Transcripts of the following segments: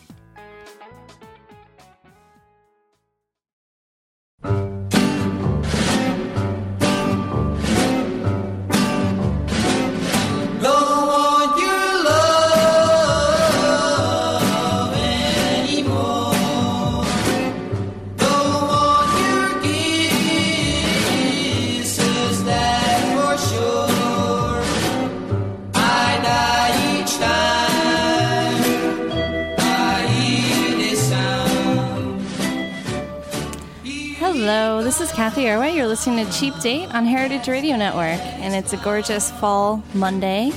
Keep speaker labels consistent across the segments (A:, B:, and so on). A: Hello, this is Kathy Irway. You're listening to Cheap Date on Heritage Radio Network, and it's a gorgeous fall Monday.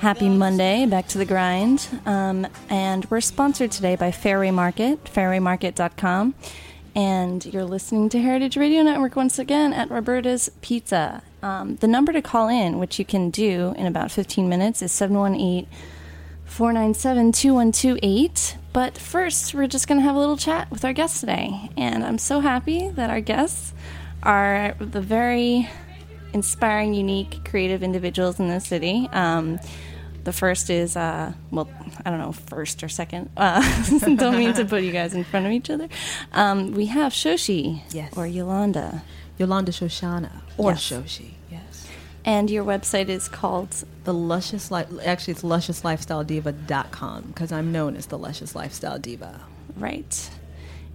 A: Happy Monday, back to the grind. Um, and we're sponsored today by Fairway Market, fairwaymarket.com. And you're listening to Heritage Radio Network once again at Roberta's Pizza. Um, the number to call in, which you can do in about 15 minutes, is 718 497 2128. But first, we're just going to have a little chat with our guests today. And I'm so happy that our guests are the very inspiring, unique, creative individuals in this city. Um, the first is, uh, well, I don't know, first or second. Uh, don't mean to put you guys in front of each other. Um, we have Shoshi
B: Yes.
A: or Yolanda.
B: Yolanda Shoshana or
A: Yes.
B: Shoshi. Yes.
A: And your website is called
B: The luscious life. Actually, it's lusciouslifestylediva.com because I'm known as the luscious lifestyle diva.
A: Right.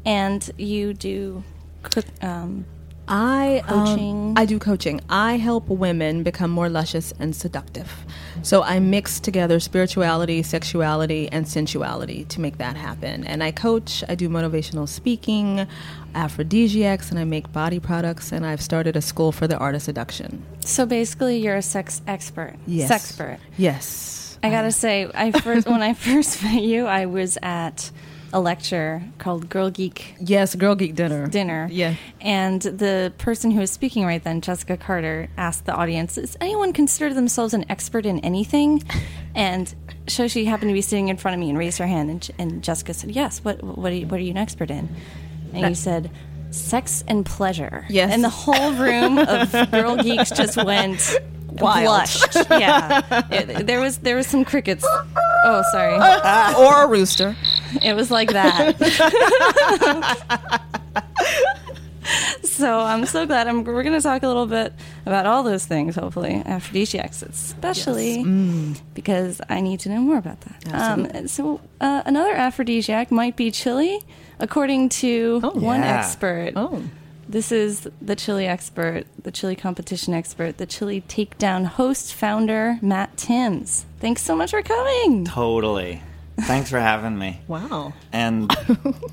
A: And you do cook, um,
B: I um,
A: Coaching.
B: I do coaching. I help women become more luscious and seductive. So I mix together spirituality, sexuality, and sensuality to make that happen. And I coach. I do motivational speaking, aphrodisiacs, and I make body products. And I've started a school for the art of seduction.
A: So basically, you're a sex expert. Sexpert.
B: Yes.
A: I gotta say, I first when I first met you, I was at a lecture called Girl Geek
B: Yes, girl geek dinner.
A: Dinner.
B: Yeah.
A: And the person who was speaking right then, Jessica Carter, asked the audience, "Does anyone consider themselves an expert in anything?" And Shoshi happened to be sitting in front of me and raised her hand, and, and Jessica said, "Yes. What what are you, what are you an expert in?" And you said. Sex and pleasure.
B: Yes.
A: And the whole room of girl geeks just went
B: Wild.
A: blushed. Yeah. It- there was there was some crickets. Oh, sorry.
B: or a rooster.
A: It was like that. so I'm so glad. I'm, we're going to talk a little bit about all those things, hopefully, aphrodisiacs, especially because I need to know more about that. Um, so uh, another aphrodisiac might be chili, according to one
C: Yeah.
A: expert.
B: Oh.
A: This is the chili expert, the chili competition expert, the chili takedown host, founder, Matt Timms. Thanks so much for coming.
C: Totally. Thanks for having me.
B: Wow.
C: And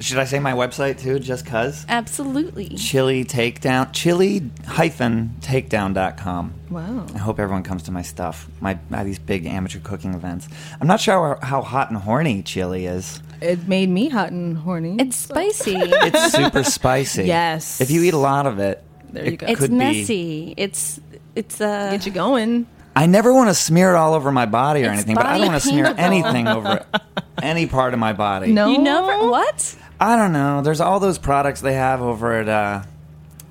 C: should I say my website too, just cuz?
A: Absolutely.
C: Chili takedown, chili hyphen takedown.com.
B: Wow.
C: I hope everyone comes to my stuff, my, my these big amateur cooking events. I'm not sure how, how hot and horny chili is.
B: It made me hot and horny.
A: It's spicy.
C: It's super spicy.
B: Yes.
C: If you eat a lot of it,
B: There
C: it
B: you go.
A: it's
C: could be-
A: messy. It's it's uh
B: Get you going.
C: I never want to smear it all over my body or
A: It's
C: anything, but I
A: body
C: don't want to smear
A: paintable.
C: anything over any part of my body.
B: No.
A: you never what?
C: I don't know. There's all those products they have over at, uh,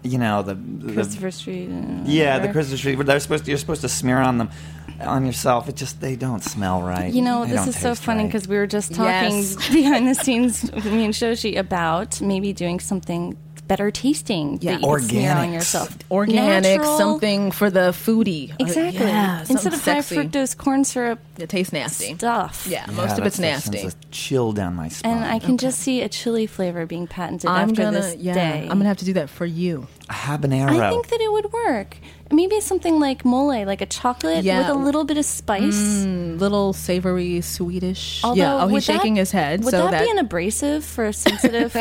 C: you know, the, the-
A: Christopher Street. uh,
C: yeah,
A: whatever.
C: the Christmas tree. Where they're supposed to, you're supposed to smear on them, on yourself. It just they don't smell right.
A: You know,
C: They
A: this
C: don't
A: is so
C: taste
A: funny
C: right.
A: because we were just talking
B: Yes.
A: behind the scenes, me and Shoshi, about maybe doing something better tasting.
B: Yeah.
A: that you can smear on
C: Organics.
A: yourself.
B: Organic,
A: Natural-
B: something for the foodie. Uh,
A: Exactly.
B: yeah,
A: Instead of
B: something sexy.
A: high fructose corn syrup
B: It tastes nasty.
A: stuff.
B: Yeah,
C: Yeah,
B: most of
C: that's-
B: it's
C: that sends
B: nasty.
C: a chill down my spine.
A: And I can just see a chili flavor being patented
B: I'm
A: after
B: gonna,
A: this
B: yeah,
A: day.
B: I'm gonna have to do that for you.
C: A habanero.
A: I think that it would work. Maybe something like mole, like a chocolate
B: Yeah.
A: with a little bit of spice.
B: Little savory Swedish.
A: Although,
B: yeah. Oh,
A: would
B: he's shaking
A: that-
B: his head.
A: Would
B: so
A: that, be an abrasive for sensitive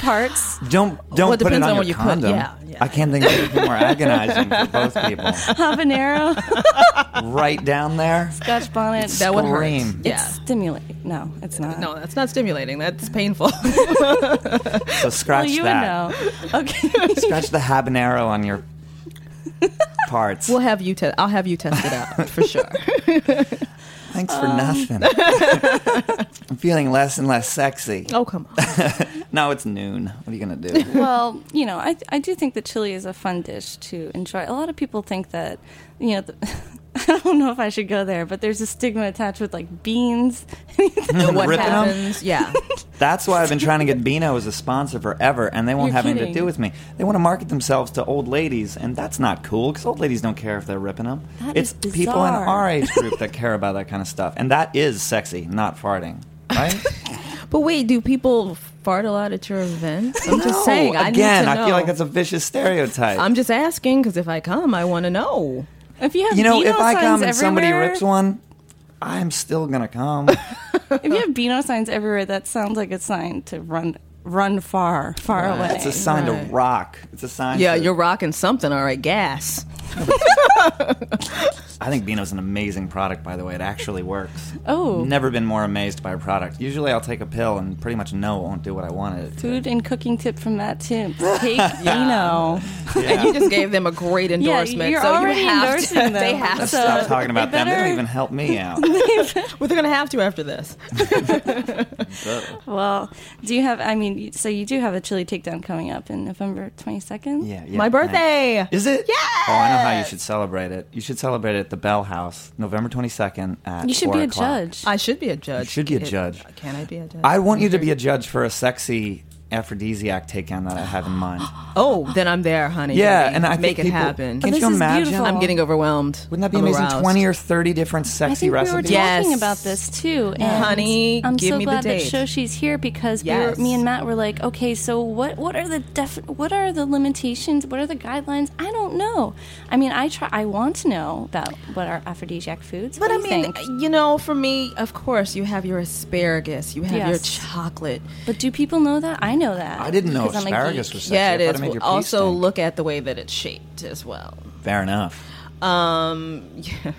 A: parts?
C: don't don't
B: Well, it
C: put it
B: depends
C: on,
B: on
C: your
B: what you put.
C: condom.
B: Yeah, yeah.
C: I can't think of anything more agonizing for both people.
A: Habanero,
C: Right down there.
A: Scotch bonnet.
B: that would hurt.
C: Scream.
B: Yeah.
A: Stimulate. No, it's not.
B: no, that's not stimulating. That's painful.
C: So
A: Well,
C: scratch
A: you
C: that.
A: would know. Okay.
C: Scratch the habanero on your parts.
B: we'll have you. Te- I'll have you test it out for sure.
C: Thanks
A: Um.
C: for nothing. I'm feeling less and less sexy.
B: oh come on.
C: Now it's noon. What are you gonna do?
A: well, you know, I, I do think that chili is a fun dish to enjoy. A lot of people think that, you know, the, I don't know if I should go there, but there's a stigma attached with like beans.
B: What
C: Ripping 'em?
B: happens? Yeah.
C: That's why I've been trying to get Beano as a sponsor forever, and they won't
A: You're
C: have anything
A: kidding.
C: to do with me. They want to market themselves to old ladies, and that's not cool because old ladies don't care if they're ripping them.
A: That
C: it's
A: is
C: people in
A: bizarre.
C: our age group that care about that kind of stuff, and that is sexy, not farting, right?
B: But wait, do people fart a lot at your events? I'm just saying. I need
C: Again,
B: to
C: I,
B: know.
C: feel like that's a vicious stereotype.
B: I'm just asking because if I come, I want to know.
A: If you have
C: you know,
A: Beano
C: if I
A: signs
C: come and somebody
A: everywhere-
C: rips one, I'm still gonna come.
A: If you have Beano signs everywhere, that sounds like a sign to run run far, far away.
C: It's a sign
B: Right.
C: to rock. It's a sign.
B: Yeah,
C: to-
B: you're rocking something. All right, gas.
C: I think Beano's an amazing product, by the way. It actually works.
A: Oh.
C: Never been more amazed by a product. Usually I'll take a pill and pretty much know it won't do what I wanted it to.
A: Food and cooking tip from Matt Timms. Take Beano.
B: And you just gave them a great
A: Yeah,
B: endorsement.
A: you're
B: so
A: already
B: you have
A: endorsing
B: to,
A: them.
B: They have
A: That's
B: to.
C: Stop talking about
A: they
C: them. They
A: Uh, better-
C: don't even help me out.
B: Well, they're gonna have to after this.
A: Well, do you have? I mean, you- so you do have a chili takedown coming up in November twenty second.
C: yeah, yeah,
B: My birthday.
C: thanks. Is it? Oh, I know how you should celebrate it. You should celebrate it at the Bell House, November 22nd at
A: You should
C: 4
A: be a
C: o'clock.
A: judge.
B: I should be a judge.
C: You should be a
B: It-
C: judge.
B: Can I be a judge?
C: I want you to be a judge for a sexy aphrodisiac takedown that I have in mind.
B: oh, then I'm there, honey.
C: Yeah,
B: Baby.
C: and I
B: make
C: think
B: it
C: people-
B: happen.
C: Can't
A: this
C: you
A: is
C: imagine?
A: beautiful.
B: I'm getting overwhelmed.
C: Wouldn't that be
B: I'm
C: amazing?
B: aroused.
C: 20 or 30 different
A: I
C: sexy
A: think we were
C: recipes.
A: talking
B: Yes.
A: about this too, and
B: Honey,
A: I'm
B: give
A: so
B: me the
A: glad that
B: date.
A: Shoshi's here because
B: Yes.
A: we were, me and Matt were like, okay, so what? What are the def- What are the limitations? What are the guidelines? I don't know. I mean, I try. I want to know about what are aphrodisiac foods.
B: But I
A: What do you
B: mean,
A: think?
B: you know, for me, of course, you have your asparagus, you have your
A: Yes.
B: chocolate.
A: but do people know that? I know that.
C: I didn't know
A: because I'm a
C: asparagus
A: geek.
C: was sexy.
B: Yeah,
C: I
B: it
C: thought
B: is.
C: made your pee
B: also,
C: stink.
B: look at the way that it's shaped as well.
C: Fair enough.
B: Um, yeah.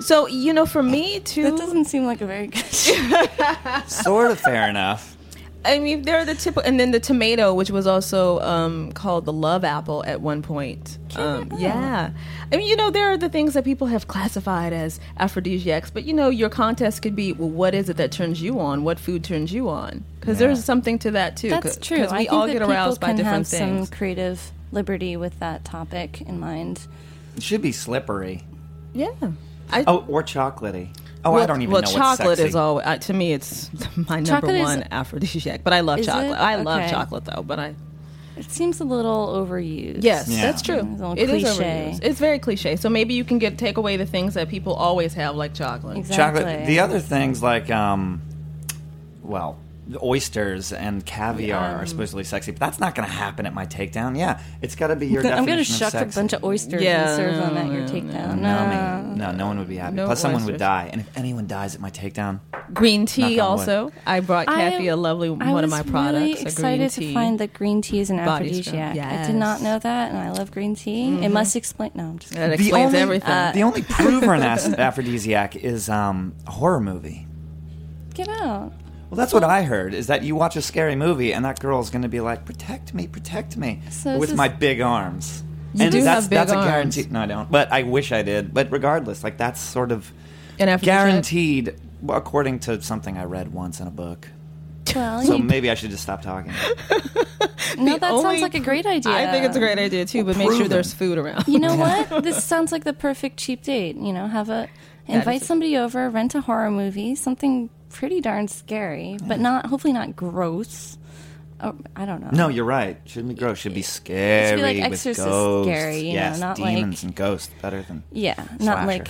B: So you know, for me
A: That
B: too.
A: doesn't seem like a very good.
C: Sort of fair enough.
B: I mean, they're the typical, and then the tomato, which was also um, called the love apple at one point. Um, yeah, I mean, you know, there are the things that people have classified as aphrodisiacs, but you know, your contest could be, well, what is it that turns you on? What food turns you on? Because
C: Yeah.
B: there's something to that too.
A: That's true.
B: Because
A: I
B: we
A: think
B: all
A: that
B: get
A: people
B: aroused by
A: can
B: different
A: have
B: things.
A: Some creative liberty with that topic in mind.
C: It should be slippery.
B: yeah. I,
C: Oh, or chocolatey. Oh, I don't even
B: well,
C: know what's
B: chocolate
C: sexy.
B: is all. Uh, to me, it's my
A: Chocolate
B: number
A: is-
B: one aphrodisiac. But I love
A: Is it?
B: chocolate. I love
A: Okay.
B: chocolate though. But I
A: It seems a little overused.
B: Yes,
C: Yeah.
B: that's true.
A: It's all
B: It is
A: cliche.
B: overused. It's very cliche. So maybe you can get take away the things that people always have, like chocolate.
A: Exactly.
C: chocolate. The other things like, um, well, the oysters and caviar are supposedly sexy, but that's not going to happen at my takedown. Yeah, it's got to be your.
A: I'm
C: going
A: gonna
C: to
A: shuck
C: sexy.
A: a bunch of oysters
B: Yeah,
A: and serve them at your takedown.
C: No,
A: No,
C: I mean, no, no one would be happy.
B: No
C: Plus, someone would
B: oysters.
C: die, and if anyone dies at my takedown,
B: Green tea,
C: Knock on wood.
B: also. I brought Kathy a lovely
A: I
B: one of my
A: was
B: products.
A: Really
B: a green
A: excited
B: tea.
A: to find that green tea is an
B: Body scrub.
A: aphrodisiac. I did not
B: Yes. Mm-hmm.
A: know that, and I love green tea. It must explain. No, I'm just.
B: that
C: the
B: explains
C: only uh,
B: everything.
A: uh,
C: the only prover in as- aphrodisiac is um, a horror movie.
A: Get out.
C: Well, that's what I heard is that you watch a scary movie and that girl's going to be like, "Protect me, protect me,"
A: So this
C: with
A: is-
C: my big arms.
B: You
C: and
B: do
C: that's,
B: have big
C: that's
B: arms.
C: a guarantee. No, I don't. But I wish I did. But regardless, like that's sort of
B: An aphrodisiac?
C: guaranteed, according to something I read once in a book.
A: Well,
C: So
A: you,
C: maybe I should just stop talking.
A: no, that
B: only-
A: sounds like a great idea.
B: I think it's a great idea too, but make sure
C: proven.
B: there's food around.
A: You know what? This sounds like the perfect cheap date. You know, have a invite somebody over, rent a horror movie, something pretty darn scary, but not hopefully not gross. Oh, I don't know.
C: No, you're right. Shouldn't be gross. Should be scary.
A: like
C: with
A: Exorcist
C: ghosts.
A: scary, you know,
C: yes,
A: not like-
C: demons and ghosts. Better than
A: Yeah, not
C: Slasher.
A: like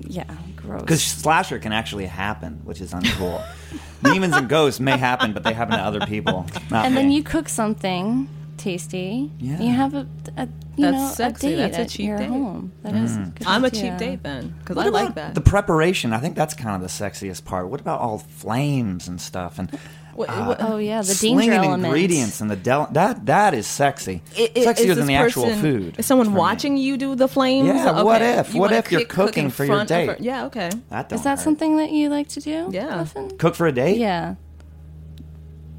A: yeah,
C: because
A: gross.
C: slasher can actually happen, which is uncool. demons and ghosts may happen, but they happen to other people. Not
A: And
C: me.
A: then you cook something tasty.
C: Yeah.
A: You have a, a you
B: That's
A: know
B: sexy.
A: a date
B: That's a
A: at
B: cheap
A: your
B: date.
A: home. That is
C: Mm.
A: a good
B: I'm a
A: idea.
B: cheap date then because
C: What
B: I like
C: about
B: that.
C: The preparation. I think that's kind of the sexiest part. What about all flames and stuff and
B: What-
C: uh,
B: what-
A: Oh yeah, the
C: slinging
A: danger element.
C: ingredients and the del- that that is sexy.
B: It- it-
C: Sexier
B: is
C: than
B: this
C: the actual
B: person-
C: food.
B: Is someone
C: for me.
B: watching you do the flames?
C: Yeah, what if? What
B: wanna
C: if you're
B: kick- cook
C: cooking
B: in
C: for your
B: front of
C: date?
B: her- Yeah, okay.
C: That don't
A: Is that
C: hurt.
A: something that you like to do?
B: Yeah.
A: Often?
C: Cook for a date?
A: Yeah.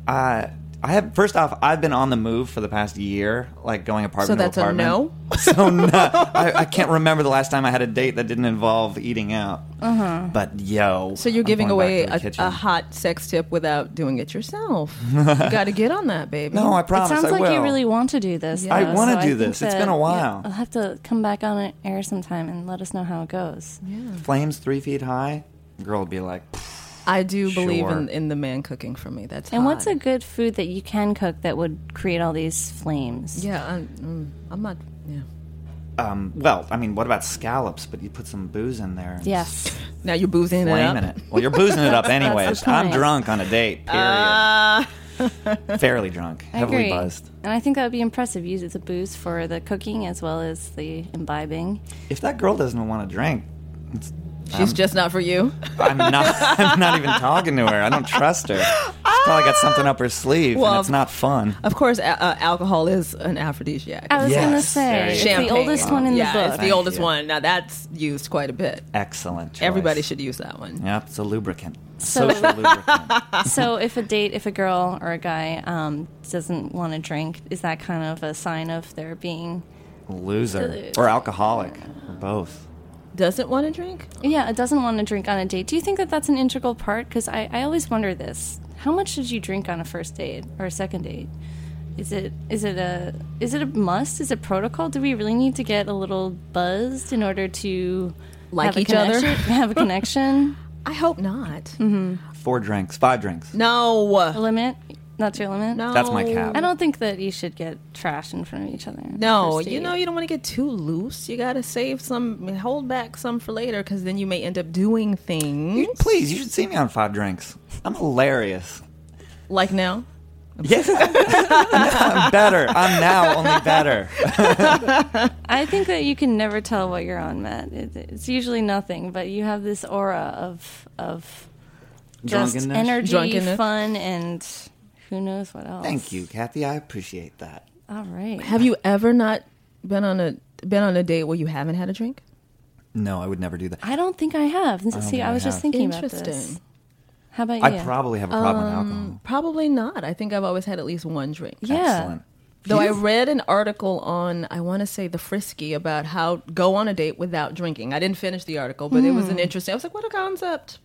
C: Uh, I have. First off, I've been on the move for the past year, like going apartment.
B: So
C: to
B: that's a
C: apartment.
B: no?
C: so no, I, I can't remember the last time I had a date that didn't involve eating out. Uh-huh. But yo,
B: So you're
C: I'm
B: giving
C: going back
B: away
C: to the
B: a,
C: kitchen.
B: a hot sex tip without doing it yourself. you got to get on that, baby.
C: No, I
A: It
C: promise.
A: sounds
C: I
A: like you
C: will.
A: really want to do this.
B: I
A: though,
C: wanna
A: so
C: do
A: think
C: this. It's
A: that-
C: been a
A: yeah,
C: while.
A: I'll have to come back on air sometime and let us know how it goes.
C: flames three feet high. Girl would be like,
B: I do believe
C: Sure.
B: in, in the man cooking for me. That's
A: And
B: hot.
A: what's a good food that you can cook that would create all these flames?
B: yeah? I'm, mm, I'm not. Yeah.
C: um, well, I mean, what about scallops? But you put some booze in there. and
A: Yes.
B: Now you're boozing it up.
C: Flaming it. Well, you're boozing it up anyways.
A: the
C: I'm
A: point. Uh,
C: drunk on a date. Period. Fairly drunk,
A: I
C: heavily
A: agree.
C: buzzed.
A: And I think that would be impressive. Use it as a boost for the cooking as well as the imbibing.
C: If that girl doesn't want to drink,
B: She's just not for you.
C: I'm not. I'm not even talking to her. I don't trust her. She's probably got something up her sleeve,
B: Well,
C: and
A: Ah!
C: it's not fun.
B: Of course, a- uh, alcohol is an aphrodisiac.
A: I was
C: Yes.
A: going to
C: There
A: say,
C: you
A: Oh, it's
C: go.
A: the oldest one in
B: yeah,
A: the book.
B: it's the
C: Thank
B: oldest
C: you.
B: one. Now that's used quite a bit.
C: Excellent. Choice.
B: Everybody should use that one.
C: Yep, it's a lubricant.
A: So-
C: Social lubricant.
A: So, if a date, if a girl or a guy um, doesn't want to drink, is that kind of a sign of their being?
C: Loser or alcoholic or both.
B: Doesn't want to drink?
A: Yeah, it doesn't want to drink on a date. Do you think that that's an integral part? Because I, I always wonder this: how much should you drink on a first date or a second date? Is it is it a is it a must? Is it protocol? Do we really need to get a little buzzed in order to
B: Like
A: have a
B: each other?
A: connection- Have a connection
B: I hope not.
C: Four drinks, five drinks.
A: A
B: No.
A: limit? That's your limit.
B: No.
C: That's my cap.
A: I don't think that you should get trash in front of each other. on
B: No,
A: first
B: you
A: date.
B: know you don't want to get too loose. You got to save some, hold back some for later, because then you may end up doing things
C: Please, you should see me on five drinks. I'm hilarious.
B: like now.
C: Yes, I'm better. I'm now only better.
A: I think that you can never tell what you're on, Matt. It, it's usually nothing, but you have this aura of of just
C: Drunkenness?
A: energy,
B: Drunkenness.
A: fun, and who knows what else.
C: Thank you, Kathy. I appreciate that.
A: All right.
B: Have you ever not been on a been on a date where you haven't had a drink?
C: No, I would never do that.
A: I don't think I have. This- See,
C: think
A: I
C: I
A: was just
C: have.
A: thinking about this.
B: Interesting.
A: How about you?
C: I probably have a problem with alcohol.
B: Probably not. I think I've always had at least one drink.
A: yeah.
C: Excellent.
B: Though I read an article on, I want to say the Frisky about how go on a date without drinking. I didn't finish the article, but it was
A: Hmm.
B: an interesting. I was like, what a concept!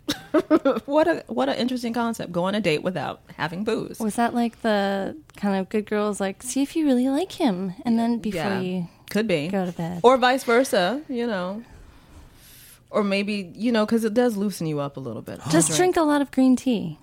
B: what a what an interesting concept. Go on a date without having booze.
A: Was that like the kind of good girls like see if you really like him, and then before you
B: could be
A: go to bed?
B: or vice versa. You know, or maybe you know because it does loosen you up a little bit.
A: just drink a lot of green tea.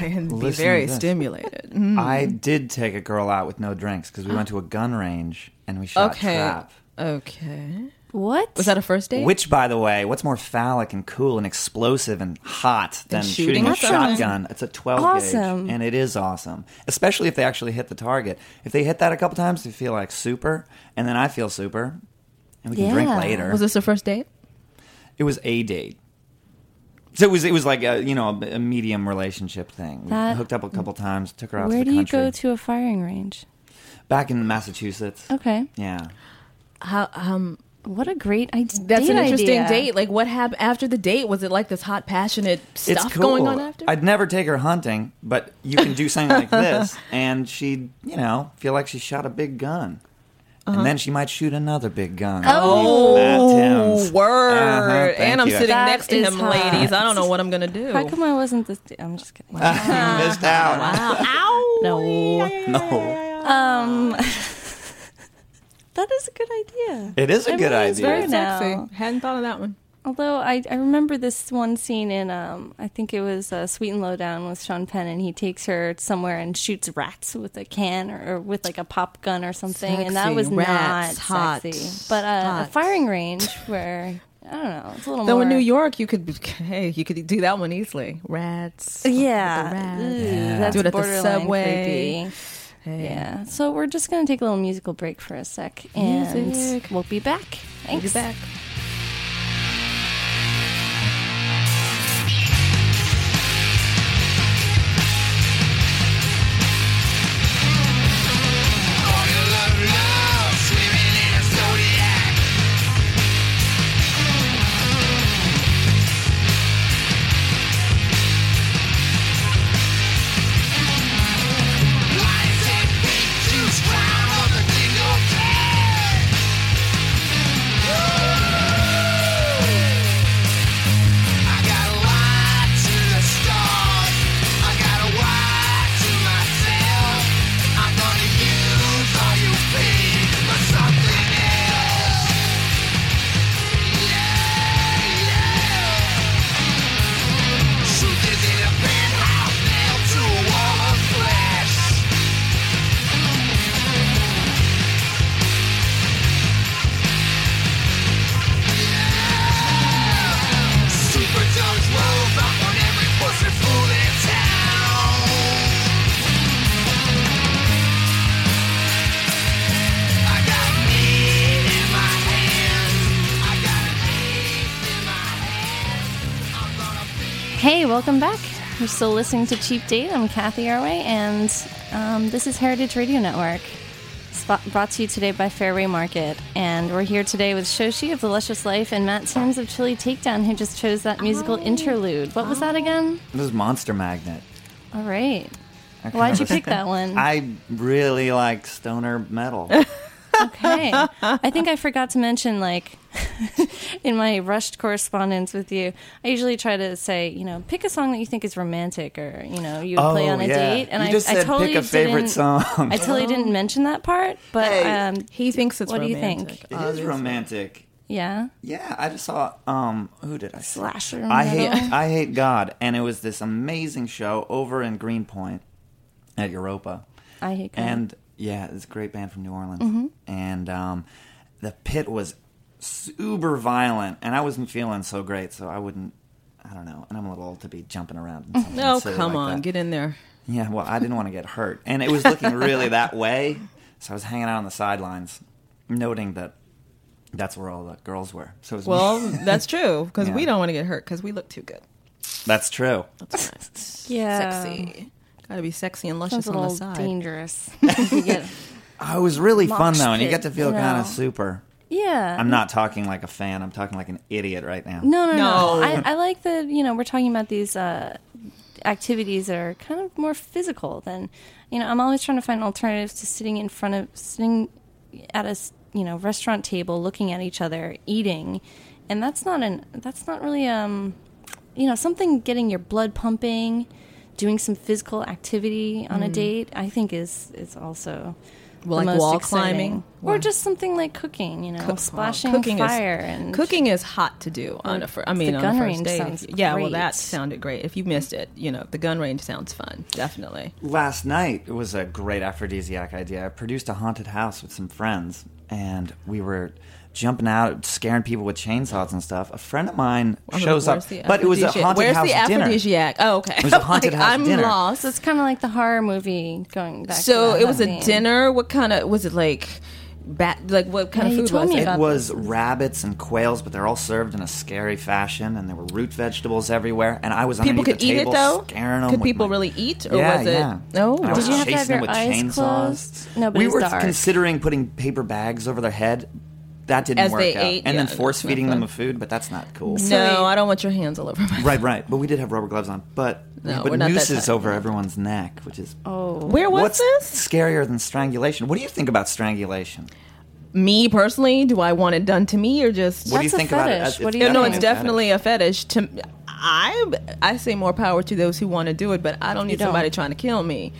B: and be
C: Listen to
B: very
C: this.
B: stimulated.
C: I did take a girl out with no drinks because we went to a gun range and we shot
B: Okay.
C: trap.
B: Okay.
A: What
B: Was that a first date?
C: Which, by the way, what's more phallic and cool and explosive and hot than shooting,
B: shooting
C: a
B: a gun.
C: shotgun? It's a 12
A: Awesome.
C: gauge, and it is awesome, especially if they actually hit the target. If they hit that a couple times, they feel like super, and then I feel super, and we can drink
A: Yeah.
C: later.
B: was this a first date?
C: it was a date. So it was it was like a you know a, a medium relationship thing. We
A: That-
C: hooked up a couple times, took her out
A: Where
C: to
A: do
C: the
A: you
C: country.
A: go to a firing range?
C: Back in Massachusetts.
A: Okay.
C: Yeah.
B: How um
A: What a great idea.
B: that's an interesting
A: idea.
B: date. Like what happened after the date? Was it like this hot passionate stuff going on after?
C: I'd never take her hunting, but you can do something like this, and she'd, you know, feel like she shot a big gun. And then she might shoot another big gun.
A: Oh.
C: That
B: Uh-huh. Oh,
C: Tim's.
B: word.
C: Uh-huh, thank
B: and I'm
C: you.
B: sitting
A: That
B: next to
A: is
B: him,
A: hot.
B: ladies. I don't know what I'm going to do.
A: How come I wasn't this? i I'm just kidding.
B: Ah.
C: you missed out.
B: Ow.
A: No.
C: No,
A: Um, that is a good idea.
C: it is a good
A: really is
C: idea.
A: very- Now.
B: Hadn't thought of that one.
A: Although I, I remember this one scene in, um, I think it was uh, Sweet and Low Down with Sean Penn, and he takes her somewhere and shoots rats with a can or, or with like a pop gun or something, and that
B: Sexy.
A: was
B: Rats.
A: not
B: Hot.
A: sexy. But uh,
B: Hot.
A: a firing range where I don't know, it's a little
B: Though
A: more
B: in New York, you could hey, you could do that one easily. Rats.
A: Yeah,
B: With the
A: Ooh,
B: rats.
A: that's
B: Do it at the
A: borderline
B: subway.
A: creepy.
B: Hey.
A: Yeah. So we're just going to take a little musical break for a sec and
B: Music.
A: we'll be back. Thanks.
B: Be back.
D: Something else. Yeah, yeah. Truth is in a penthouse nailed to a wall of flesh. Yeah. Super dogs rove up on every pussy fool in town. I got meat in my hand. I got meat in my hand. I'm gonna be.
A: Hey, welcome back. You're still listening to Cheap Date. I'm Kathy Arway, and um, this is Heritage Radio Network. Spot- brought to you today by Fairway Market. And we're here today with Shoshi of The Luscious Life and Matt Sims of Chili Takedown, who just chose that musical interlude. What was that again?
C: This is Monster Magnet.
A: All right.
C: I can't
A: Why'd you
C: remember-
A: pick that
B: Mm.
A: one?
C: I really like stoner metal.
A: Okay. I think I forgot to mention, like, in my rushed correspondence with you, I usually try to say, you know, pick a song that you think is romantic or, you know, you would play on a date.
C: Oh, you
A: I,
C: just
A: I
C: said
A: totally
C: pick a favorite
A: didn't-
C: song.
A: I totally didn't mention that part, but
C: Hey.
A: um,
B: He thinks it's
A: What do you
B: romantic,
A: think?
C: It is
B: obviously.
C: romantic.
A: yeah.
C: Yeah, I just saw. Um, who did I see?
A: Slasher
C: I hate.
A: metal.
C: I hate God, and it was this amazing show over in Greenpoint at Europa.
A: I hate God.
C: And yeah, it's a great band from New Orleans,
B: Mm-hmm.
C: and um, the pit was super violent, and I wasn't feeling so great, so I wouldn't. I don't know, and I'm a little old to be jumping around. in something
B: Oh,
C: silly
B: come
C: like
B: on,
C: that.
B: get in there.
C: Yeah, well, I didn't want to get hurt. And it was looking really that way. So I was hanging out on the sidelines, noting that that's where all the girls were. So it was
B: Well, that's true because we
C: Yeah.
B: don't want to get hurt because we look too good.
C: that's true.
B: That's right.
A: Yeah.
B: sexy. Got to be sexy and luscious
A: Sounds a
B: on the
A: little
B: side.
A: dangerous. You get-
C: Oh, it was really fun,
A: Mosh
C: though, and you
A: pit,
C: get to feel
A: you know.
C: kind of super.
A: yeah.
C: I'm not talking like a fan. I'm talking like an idiot right now.
A: No, no, no.
B: Mm-hmm. No.
A: I, I like the you know we're talking about these uh, activities that are kind of more physical than you know. I'm always trying to find alternatives to sitting in front of sitting at a s- you know restaurant table, looking at each other, eating, and that's not an that's not really um you know something getting your blood pumping, doing some physical activity on a date. I think is is also.
B: Mm. Well,
A: the
B: like
A: most
B: wall
A: exciting.
B: climbing?
A: or just something like cooking, you know,
B: Cook- wow,
A: splashing
B: Oh, cooking is-
A: fire and
B: cooking is hot to do on a fir- I mean
A: the
B: on
A: gun
B: a first
A: range
B: date.
A: sounds
B: yeah, well
A: great.
B: that sounded great. If you missed it, you know the gun range sounds fun. Definitely.
C: Last night it was a great aphrodisiac idea. I produced a haunted house with some friends, and we were jumping out, scaring people with chainsaws and stuff. A friend of mine
B: I'm like,
C: shows up,
B: where's the
C: but it was a
B: aphrodisiac?
C: haunted
B: Where's
C: house
B: the
C: dinner.
B: aphrodisiac? Oh, okay.
C: It was a haunted
B: Like,
C: house
B: I'm
C: dinner.
B: lost.
A: So it's kind of like the horror movie going back. to
B: So
A: that
B: it was a
A: theme.
B: dinner. What kind of was it like? Bat like what kind
A: Yeah,
B: of
A: you
B: food
A: told
B: was
A: me
B: it?
A: about
C: It was rabbits and quails, but they're all served in a scary fashion, and there were root vegetables everywhere. And I was
B: People
C: underneath
B: could
C: the
B: eat it
C: table
B: though.
C: scaring 'em
B: Could
C: with
B: people
C: my-
B: really eat or
C: yeah,
B: was it?
C: yeah.
B: Oh,
C: And I was
A: Did you have to
C: chasing
A: have
C: them
A: your
C: with
A: eyes
C: chainsaws.
A: closed? No, but
C: we
A: it was
C: were
A: dark.
C: considering putting paper bags over their head. That didn't
B: As
C: work
B: they
C: out.
B: ate,
C: and then
B: yeah,
C: force
B: that's not
C: feeding
B: fun.
C: them a food, but that's not cool.
B: no,
A: Sorry.
B: I don't want your hands all over my.
C: Right, right. But we did have rubber gloves on. But we
B: No,
C: put
B: we're not that
C: nooses
B: type.
C: over everyone's neck, which is
B: Where was
C: what's
B: this?
C: scarier than strangulation? What do you think about strangulation?
B: Me personally, do I want it done to me or just?
C: What do you
A: That's a
C: think about it?
A: fetish.
C: That's-
A: What do you
B: Yeah, no,
A: think?
B: it's definitely a fetish. To I, I say more power to those who want to do it, but I don't need
A: don't.
B: somebody trying to kill me.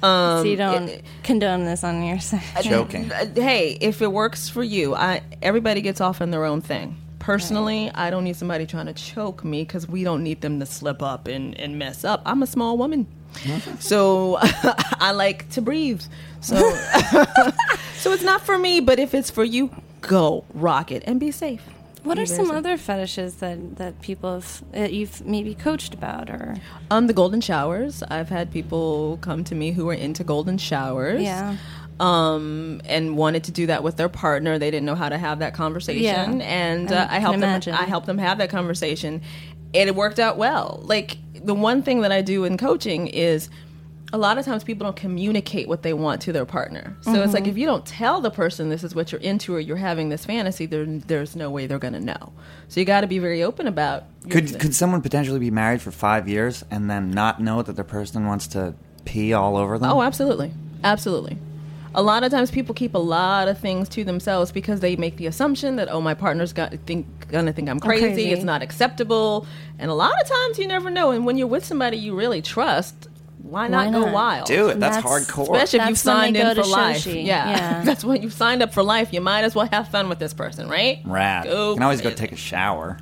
A: So
B: um,
A: you don't condone this on your side.
C: joking.
B: Uh, Hey, if it works for you, I everybody gets off on their own thing. Personally, I don't need somebody trying to choke me because we don't need them to slip up and, and mess up. I'm a small woman. So I like to breathe. So so it's not for me, but if it's for you, go rock it and be safe.
A: What
B: Be
A: are
B: very
A: some
B: safe.
A: other fetishes that, that people have, that you've maybe coached about or
B: Um, the golden showers. I've had people come to me who were into golden showers.
A: Yeah.
B: Um, and wanted to do that with their partner. They didn't know how to have that conversation.
A: Yeah.
B: And
A: I
B: uh, I
A: can
B: helped
A: imagine.
B: them. I helped them have that conversation. And it worked out well. Like the one thing that I do in coaching is. A lot of times people don't communicate what they want to their partner. So it's
A: Mm-hmm.
B: like if you don't tell the person this is what you're into or you're having this fantasy, there, there's no way they're going to know. So you got to be very open about your-
C: Could could someone potentially be married for five years and then not know that the person wants to pee all over them?
B: Oh, absolutely. Absolutely. A lot of times people keep a lot of things to themselves because they make the assumption that oh my partner's got think gonna think I'm crazy,
A: crazy.
B: it's not acceptable. And a lot of times you never know. And when you're with somebody you really trust, why not
A: Why
B: go
A: not?
B: wild?
C: do it. That's,
A: That's
C: hardcore.
B: Especially if you've
A: That's when they
B: signed
A: go
B: in
A: to
B: for life.
A: Shoshi.
B: Yeah.
A: Yeah.
B: That's when you've signed up for life. You might as well have fun with this person, right?
C: Rad.
B: Go
C: you can always go
B: crazy.
C: take a shower.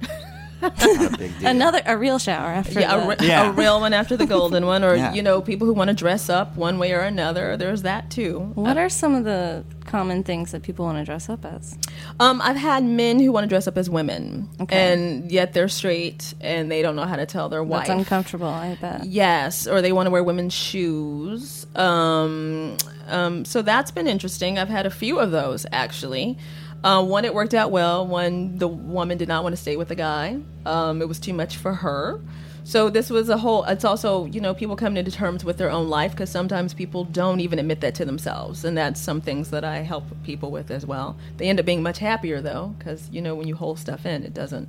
C: Not a big deal.
A: another a real shower after
B: yeah,
A: the-
B: a, re-
C: Yeah.
B: a real one after the golden one, or
C: Yeah.
B: you know, people who want to dress up one way or another. There's that too.
A: What are some of the common things that people want to dress up as?
B: Um, I've had men who want to dress up as women,
A: Okay.
B: and yet they're straight and they don't know how to tell their wife.
A: That's uncomfortable, I bet.
B: Yes, or they want to wear women's shoes. Um, um, so that's been interesting. I've had a few of those actually. Uh, one it worked out well. One the woman did not want to stay with the guy. Um, it was too much for her. So this was a whole. It's also you know people coming to terms with their own life because sometimes people don't even admit that to themselves, and that's some things that I help people with as well. They end up being much happier though because you know when you hold stuff in, it doesn't.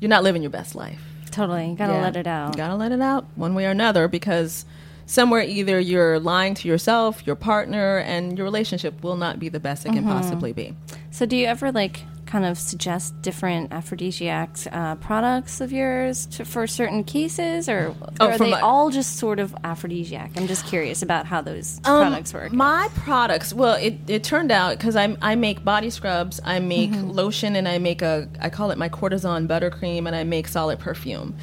B: You're not living your best life.
A: Totally. You gotta
B: Yeah.
A: let it out.
B: Gotta let it out one way or another because somewhere either you're lying to yourself, your partner, and your relationship will not be the best it
A: Mm-hmm.
B: can possibly be.
A: So, do you ever like kind of suggest different aphrodisiacs uh, products of yours to, for certain cases, or,
B: Oh,
A: or are
B: for
A: they
B: my-
A: all just sort of aphrodisiac? I'm just curious about how those products work.
B: Um, My products, well, it, it turned out because I I make body scrubs, I make
A: Mm-hmm.
B: lotion, and I make a I call it my cortisone buttercream, and I make solid perfume.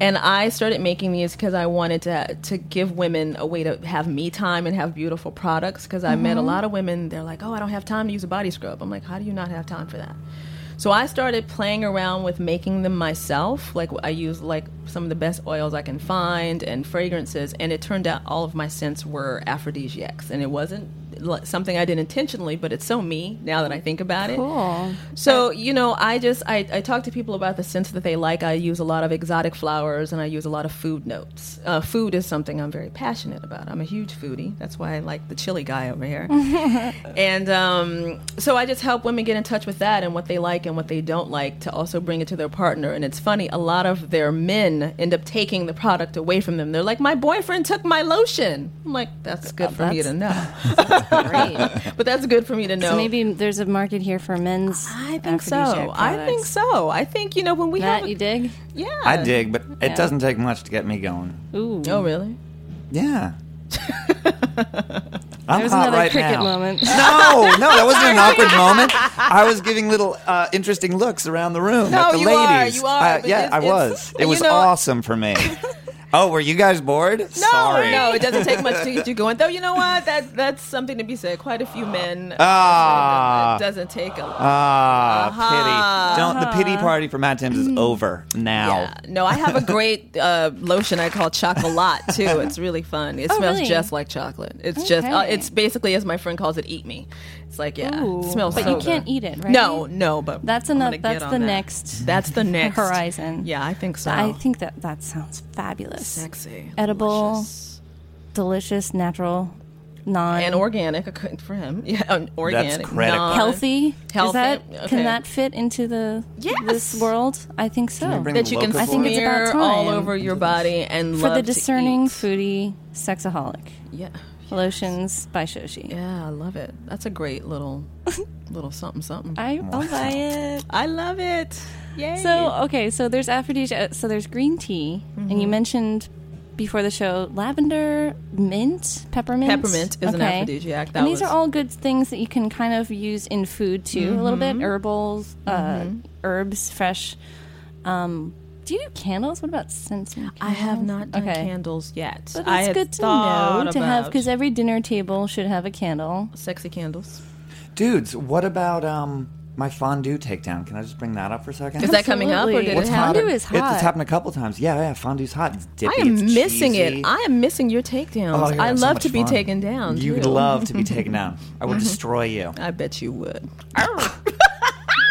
B: And I started making these because I wanted to to give women a way to have me time and have beautiful products. Because I met a
A: Mm-hmm.
B: lot of women, they're like, "Oh, I don't have time to use a body scrub." I'm like, "How do you not have time for that?" So I started playing around with making them myself. Like I use like some of the best oils I can find and fragrances, and it turned out all of my scents were aphrodisiacs, and it wasn't like, something I did intentionally, but it's so me now that I think about it.
A: Cool.
B: So you know, I just I, I talk to people about the scents that they like. I use a lot of exotic flowers, and I use a lot of food notes. Uh, food is something I'm very passionate about. I'm a huge foodie. That's why I like the chili guy over here. and um, so I just help women get in touch with that and what they like and what they don't like to also bring it to their partner. And it's funny, a lot of their men end up taking the product away from them. They're like, "My boyfriend took my lotion." I'm like,
A: Uh,
B: "That's good for me to know."
A: Great.
B: But that's good for me to know.
A: So maybe there's a market here for men's.
B: I think
A: aphrodisiac
B: so. I think
A: products.
B: so. I think you know when we
A: Matt,
B: have a-
A: you dig?
B: yeah.
C: I dig, but it doesn't take much to get me going.
A: Ooh.
B: Oh really?
C: Yeah. I'm
A: There's
C: hot
A: another
C: right
A: cricket
C: now.
A: moment.
C: No, no, that wasn't an awkward moment. I was giving little uh, interesting looks around the room
B: No,
C: at the
B: you are,
C: ladies.
B: you are,
C: Uh,
B: but
C: yeah,
B: it's-
C: I
B: it's-
C: was. It
B: you
C: was
B: know-
C: awesome for me. Oh, were you guys bored?
B: No,
C: Sorry.
B: no, it doesn't take much to get you going. Though you know what? That that's something to be said. Quite a few men.
C: Ah.
B: it doesn't take a lot.
C: Ah, pity. Don't the pity party for Matt Timms is over now.
B: Mm-hmm. Yeah. No, I have a great uh, lotion I call Chocolat too. It's really fun. It
A: Oh,
B: smells
A: really?
B: just like chocolate. It's just uh,
A: Okay.
B: it's basically as my friend calls it, eat me. It's like yeah,
A: Ooh.
B: it smells.
A: But
B: so
A: you can't
B: good.
A: eat it, right?
B: No, no, but
A: That's
B: I'm
A: enough.
B: gonna
A: That's
B: get on
A: the
B: that.
A: next.
B: That's the next
A: horizon.
B: Yeah, I think so.
A: I think that that sounds fabulous.
B: sexy,
A: edible.
B: delicious.
A: Delicious, natural, non
B: and organic I couldn't- for him. Yeah, um, organic,
C: critical.
B: non-
A: healthy. Is
B: Healthy,
A: that
B: okay.
A: can that fit into the
B: Yes.
A: this world? I think so.
C: bring
B: that you can
C: Local I
A: think it's about
B: smear all
A: time.
B: over your body and
A: For
B: love
A: the
B: to
A: discerning
B: eat.
A: foodie sexaholic.
B: Yeah,
A: Lotions by Shoshi.
B: yeah, I love it. That's a great little little something something. I,
A: I, I'll buy it.
B: love it. Yay!
A: uh, Mm-hmm. So okay, so there's aphrodisiac. So there's green tea, and you mentioned before the show lavender, mint, peppermint.
B: Peppermint is an aphrodisiac. That
A: and these
B: was-
A: are all good things that you can kind of use in food too, a little
B: Mm-hmm.
A: bit herbals, uh, herbs, fresh. Um, do you do candles? What about scents? and
B: I have
A: candles?
B: not done
A: okay.
B: candles yet.
A: But
B: I
A: it's
B: had
A: good to
B: thought
A: know to have
B: about
A: because every dinner table should have a candle.
B: sexy candles.
C: Dudes, what about um my fondue takedown? Can I just bring that up for a second?
B: Is that coming up or
A: Absolutely.
B: did
A: What's
B: it happen?
A: Fondue is
C: It-
A: hot.
C: It's happened a couple times. Yeah, yeah, fondue's hot. It's dippy.
B: I am
C: it's
B: missing
C: cheesy.
B: it. I am missing your takedowns.
C: Oh, you're
B: I
C: having so
B: love
C: much
B: to be
C: fun.
B: taken down.
C: You would
B: too.
C: love to be taken down. I would destroy you.
B: I bet you would.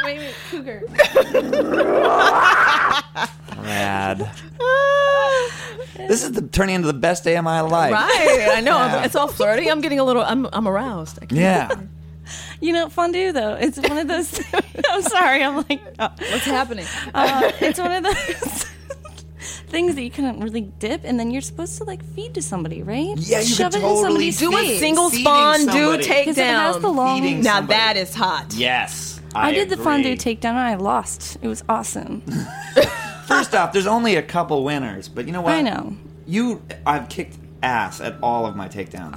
A: Wait, wait, cougar.
C: Rad.
A: Ah.
B: right.
C: This is the turning into the best day of my life.
B: I know. I'm- It's all flirty. I'm getting a little. I'm. I'm aroused. I can't-
C: Yeah.
A: You know, fondue though, it's one of those. I'm sorry, I'm like, oh.
B: What's happening?
A: Uh, it's one of those things that you couldn't really dip, and then you're supposed to like feed to somebody, right?
C: Yeah, you
A: shove
C: could
A: it in
C: totally
A: somebody's
C: do
B: Do a
A: face.
B: single
C: Feeding
B: spawn. Do
C: somebody.
B: takedown.
A: 'Cause it has the long.
C: Feeding
B: now
C: somebody.
B: that is hot.
C: Yes.
A: I, did the
C: agree.
A: fondue takedown and I lost. It was awesome.
C: First off, there's only a couple winners, but you know what?
A: I know.
C: You, I've kicked ass at all of my takedowns.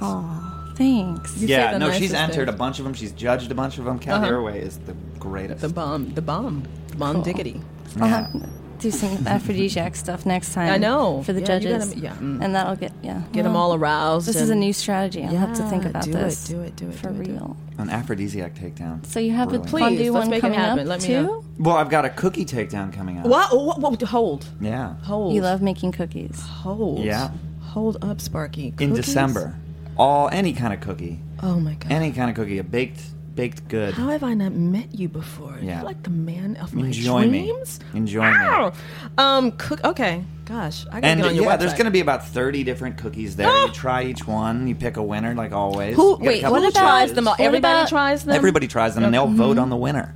A: Thanks.
B: say
C: yeah,
B: Oh, the
C: no, she's
B: nicest
C: entered a
B: things.
C: bunch of them. She's judged a bunch of them. Kathy
B: Uh-huh.
C: Irway is the greatest.
B: The bomb. The bomb. The bomb
C: Oh.
B: diggity.
A: I'll have to do some aphrodisiac stuff next time.
B: I know.
A: for the
B: Yeah, you
A: judges.
B: gotta- yeah, mm.
A: and that'll get yeah.
B: Get them all aroused.
A: This is a
B: and-
A: new strategy. I'll have to think
B: Yeah,
A: about
B: do it,
A: this.
B: do it, do it,
A: for
B: do it, do it.
A: real.
C: An aphrodisiac takedown.
A: So you have the
C: Brilliant.
B: Please,
A: fondue
B: let's
A: one
B: make it
A: coming
B: happen.
A: up
B: Let me
A: too.
B: know.
C: Well, I've got a cookie takedown coming up.
B: What? What? what- Hold.
C: Yeah.
B: Hold.
A: You love making cookies.
B: Hold.
C: Yeah.
B: Hold up, Sparky.
C: In
B: Cookies?
C: December, all any kind of cookie,
B: Oh my God.
C: any kind of cookie, a baked baked good.
B: How have I not met you before?
C: Yeah.
B: You're like the man of my
C: Enjoy me.
B: dreams.
C: Enjoy me.
B: Ow! Um, cook. Okay. Gosh, I gotta
C: And
B: get on your
C: yeah,
B: website.
C: there's going to be about 30 different cookies there. You try each one, you pick a winner, like always. You
B: Who?
C: get a
B: Wait.
C: couple
B: Who
C: of
B: tries
C: judges.
B: them? All? Everybody
A: about-
B: tries them.
C: Everybody tries them, and they'll vote on the winner.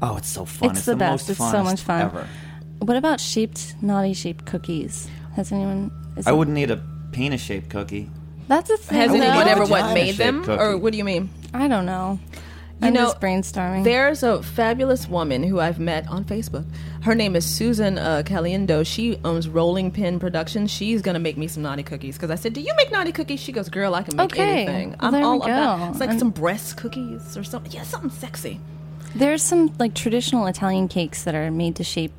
C: Oh, it's so
A: Mm-hmm.
C: fun!
A: It's
C: It's,
A: the best.
C: Most
A: It's so
C: funnest
A: much fun.
C: Ever.
A: What about shaped, naughty shaped cookies? Has anyone? Is
C: I
A: it-
C: wouldn't eat a penis-shaped cookie.
A: That's a thing.
B: Has
A: though.
B: anyone ever what
C: Vagina-shaped
B: made them,
C: cookie.
B: or what do you mean?
A: I don't know.
B: You
A: I'm
B: know,
A: just brainstorming.
B: There's a fabulous woman who I've met on Facebook. Her name is Susan uh, Caliendo. She owns Rolling Pin Productions. She's gonna make me some naughty cookies because I said, "Do you make naughty cookies?" She goes, "Girl, I can make
A: Okay.
B: anything.
A: Well,
B: I'm
A: there we
B: all
A: go.
B: about." It's like
A: And-
B: some breast cookies or something. Yeah, something sexy.
A: There's some like traditional Italian cakes that are made to shape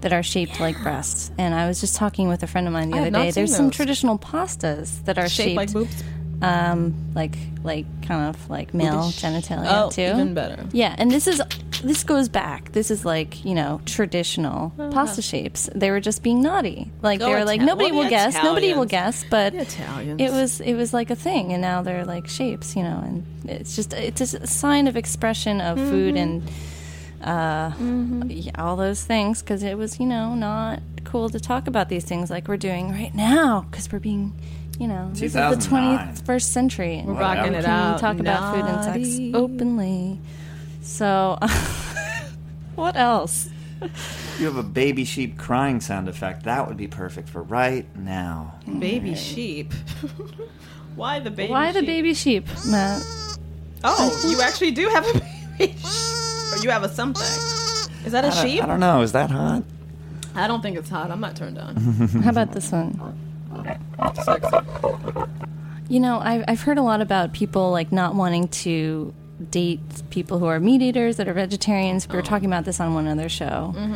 A: that are shaped like breasts. And I was just talking with a friend of mine the
B: I have
A: other
B: not
A: day. There's
B: seen
A: some
B: those.
A: traditional pastas that are
B: Shaped like boobs.
A: um, like like kind of like male genitalia
B: Oh,
A: too.
B: even better.
A: Yeah, and this is this goes back. This is like you know traditional pasta shapes. They were just being naughty. Like
B: Oh,
A: they were like
B: Ita-
A: nobody
B: well,
A: will
B: the
A: guess, nobody will
B: Italians.
A: guess, but
B: The Italians.
A: it was it was like a thing, and now they're like shapes, you know, and it's just it's just a sign of expression of food
B: Mm-hmm.
A: and. Uh, yeah, all those things because it was you know not cool to talk about these things like we're doing right now because we're being you know this is the
C: 2009.
A: 21st century and we're
B: rocking it out.
A: talk about food and sex
B: Naughty.
A: openly so what else
C: You have a baby sheep crying sound effect. That would be perfect for right now.
B: Baby sheep. Why the baby?
A: why the
B: sheep?
A: baby sheep Matt?
B: Oh, you actually do have a baby sheep. Or you have a something. Is that a
C: I-
B: sheep?
C: I, don't know. Is that hot?
B: I don't think it's hot. I'm not turned on.
C: Mm-hmm.
A: how about this one you know I've, I've heard a lot about people like not wanting to date people who are meat eaters that are vegetarians
B: Oh.
A: we were talking about this on one other show
B: Mm-hmm.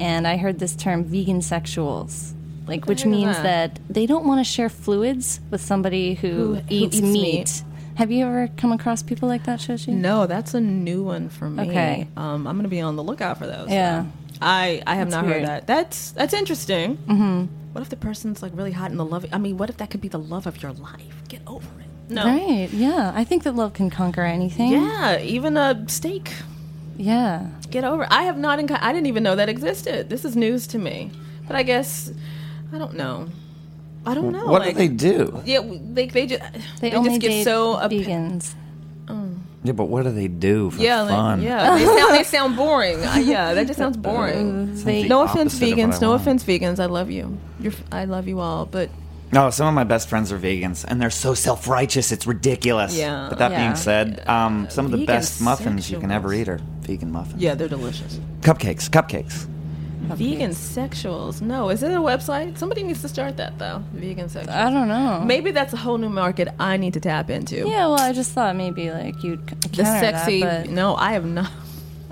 A: and i heard this term vegan sexuals like which
B: heard of
A: means
B: that.
A: that they don't want to share fluids with somebody who,
B: Who- who
A: eats,
B: eats
A: meat.
B: meat.
A: Have you ever come across people like that, Shoshi?
B: No, that's a new one for me.
A: Okay.
B: Um, I'm gonna be on the lookout for those.
A: Yeah.
B: I I have not
A: weird.
B: heard that. That's that's interesting. Mm-hmm. What if the person's like really hot in the love? I mean, what if that could be the love of your life? Get over it. No.
A: Right. Yeah. I think that love can conquer anything.
B: Oh. Yeah, even a steak.
A: Yeah.
B: Get over. it. I have not. Inco- I didn't even know that existed. This is news to me. But I guess I don't know. I don't know.
C: what
B: Oh, like,
C: do they do?
B: Yeah, w- they they just
A: They,
B: they,
A: only
B: just
A: date
B: get so up-
A: vegans.
C: Yeah, but what do they do for
B: yeah, like-
C: fun?
B: yeah. They sound they sound boring. Uh, yeah, that just sounds boring.
C: Sounds
A: They-
C: the
B: No offense,
C: opposite of what I
B: vegans. No
C: want.
B: offense, vegans. I love you. You're, f- I love you all, but
C: No, some of my best friends are vegans, and they're so self-righteous. It's ridiculous.
B: Yeah.
C: But that
A: Yeah.
C: being said, um, some of the
B: Vegan
C: best muffins you can ever
B: sexuals.
C: eat are vegan muffins.
B: yeah, they're delicious.
C: Cupcakes. Cupcakes.
B: Vegan sexuals? No, is it a website? Somebody needs to start that though. Vegan sexuals.
A: I don't know.
B: Maybe that's a whole new market I need to tap into.
A: Yeah, well, I just thought maybe like you'd c-
B: The
A: counter that,
B: sexy.
A: but-
B: no, I have not.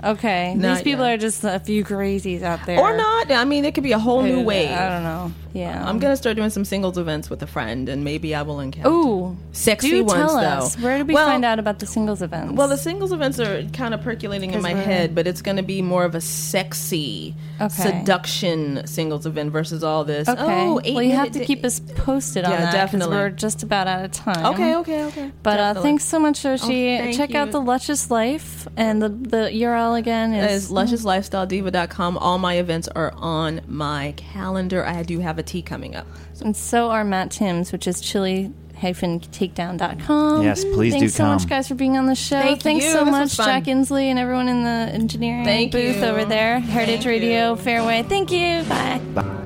A: Okay,
B: Not
A: these people
B: yet.
A: are just a few crazies out there,
B: Or not. I mean, it could be a whole
A: Who-
B: new wave.
A: I don't know. Yeah,
B: I'm gonna start doing some singles events with a friend, and maybe I will encounter
A: Ooh,
B: Sexy
A: do
B: ones,
A: tell
B: though.
A: us where did we
B: Well-
A: find out about the singles events?
B: Well, the singles events are kind of percolating in
A: 'Cause
B: my
A: we're-
B: head, but it's going to be more of a sexy
A: Okay.
B: seduction singles event versus all this.
A: okay.
B: Oh, eight
A: well, you have
B: minute
A: to
B: da-
A: keep us posted on
B: Yeah,
A: that
B: definitely.
A: we're just about out of time.
B: Okay, okay, okay.
A: But uh,
B: Definitely.
A: thanks so much,
B: Oh,
A: Oshi.
B: thank
A: Check out
B: you.
A: the Luscious Life, and the the URL again
B: That
A: is
B: is lushouslifestylediva.com. All my events are on my calendar. I do have a tea coming up.
A: and so are Matt Tim's, which is chili takedown.com.
C: Yes, please do
A: Thanks so much,
C: come.
A: guys, for being on the show.
B: Thank
A: Thanks
B: you.
A: so
B: This
A: much,
B: was fun.
A: Jack Insley, and everyone in the engineering
B: Thank
A: booth
B: you.
A: over there. Heritage
B: Thank
A: Radio,
B: you.
A: Fairway. Thank you. Bye.
C: Bye.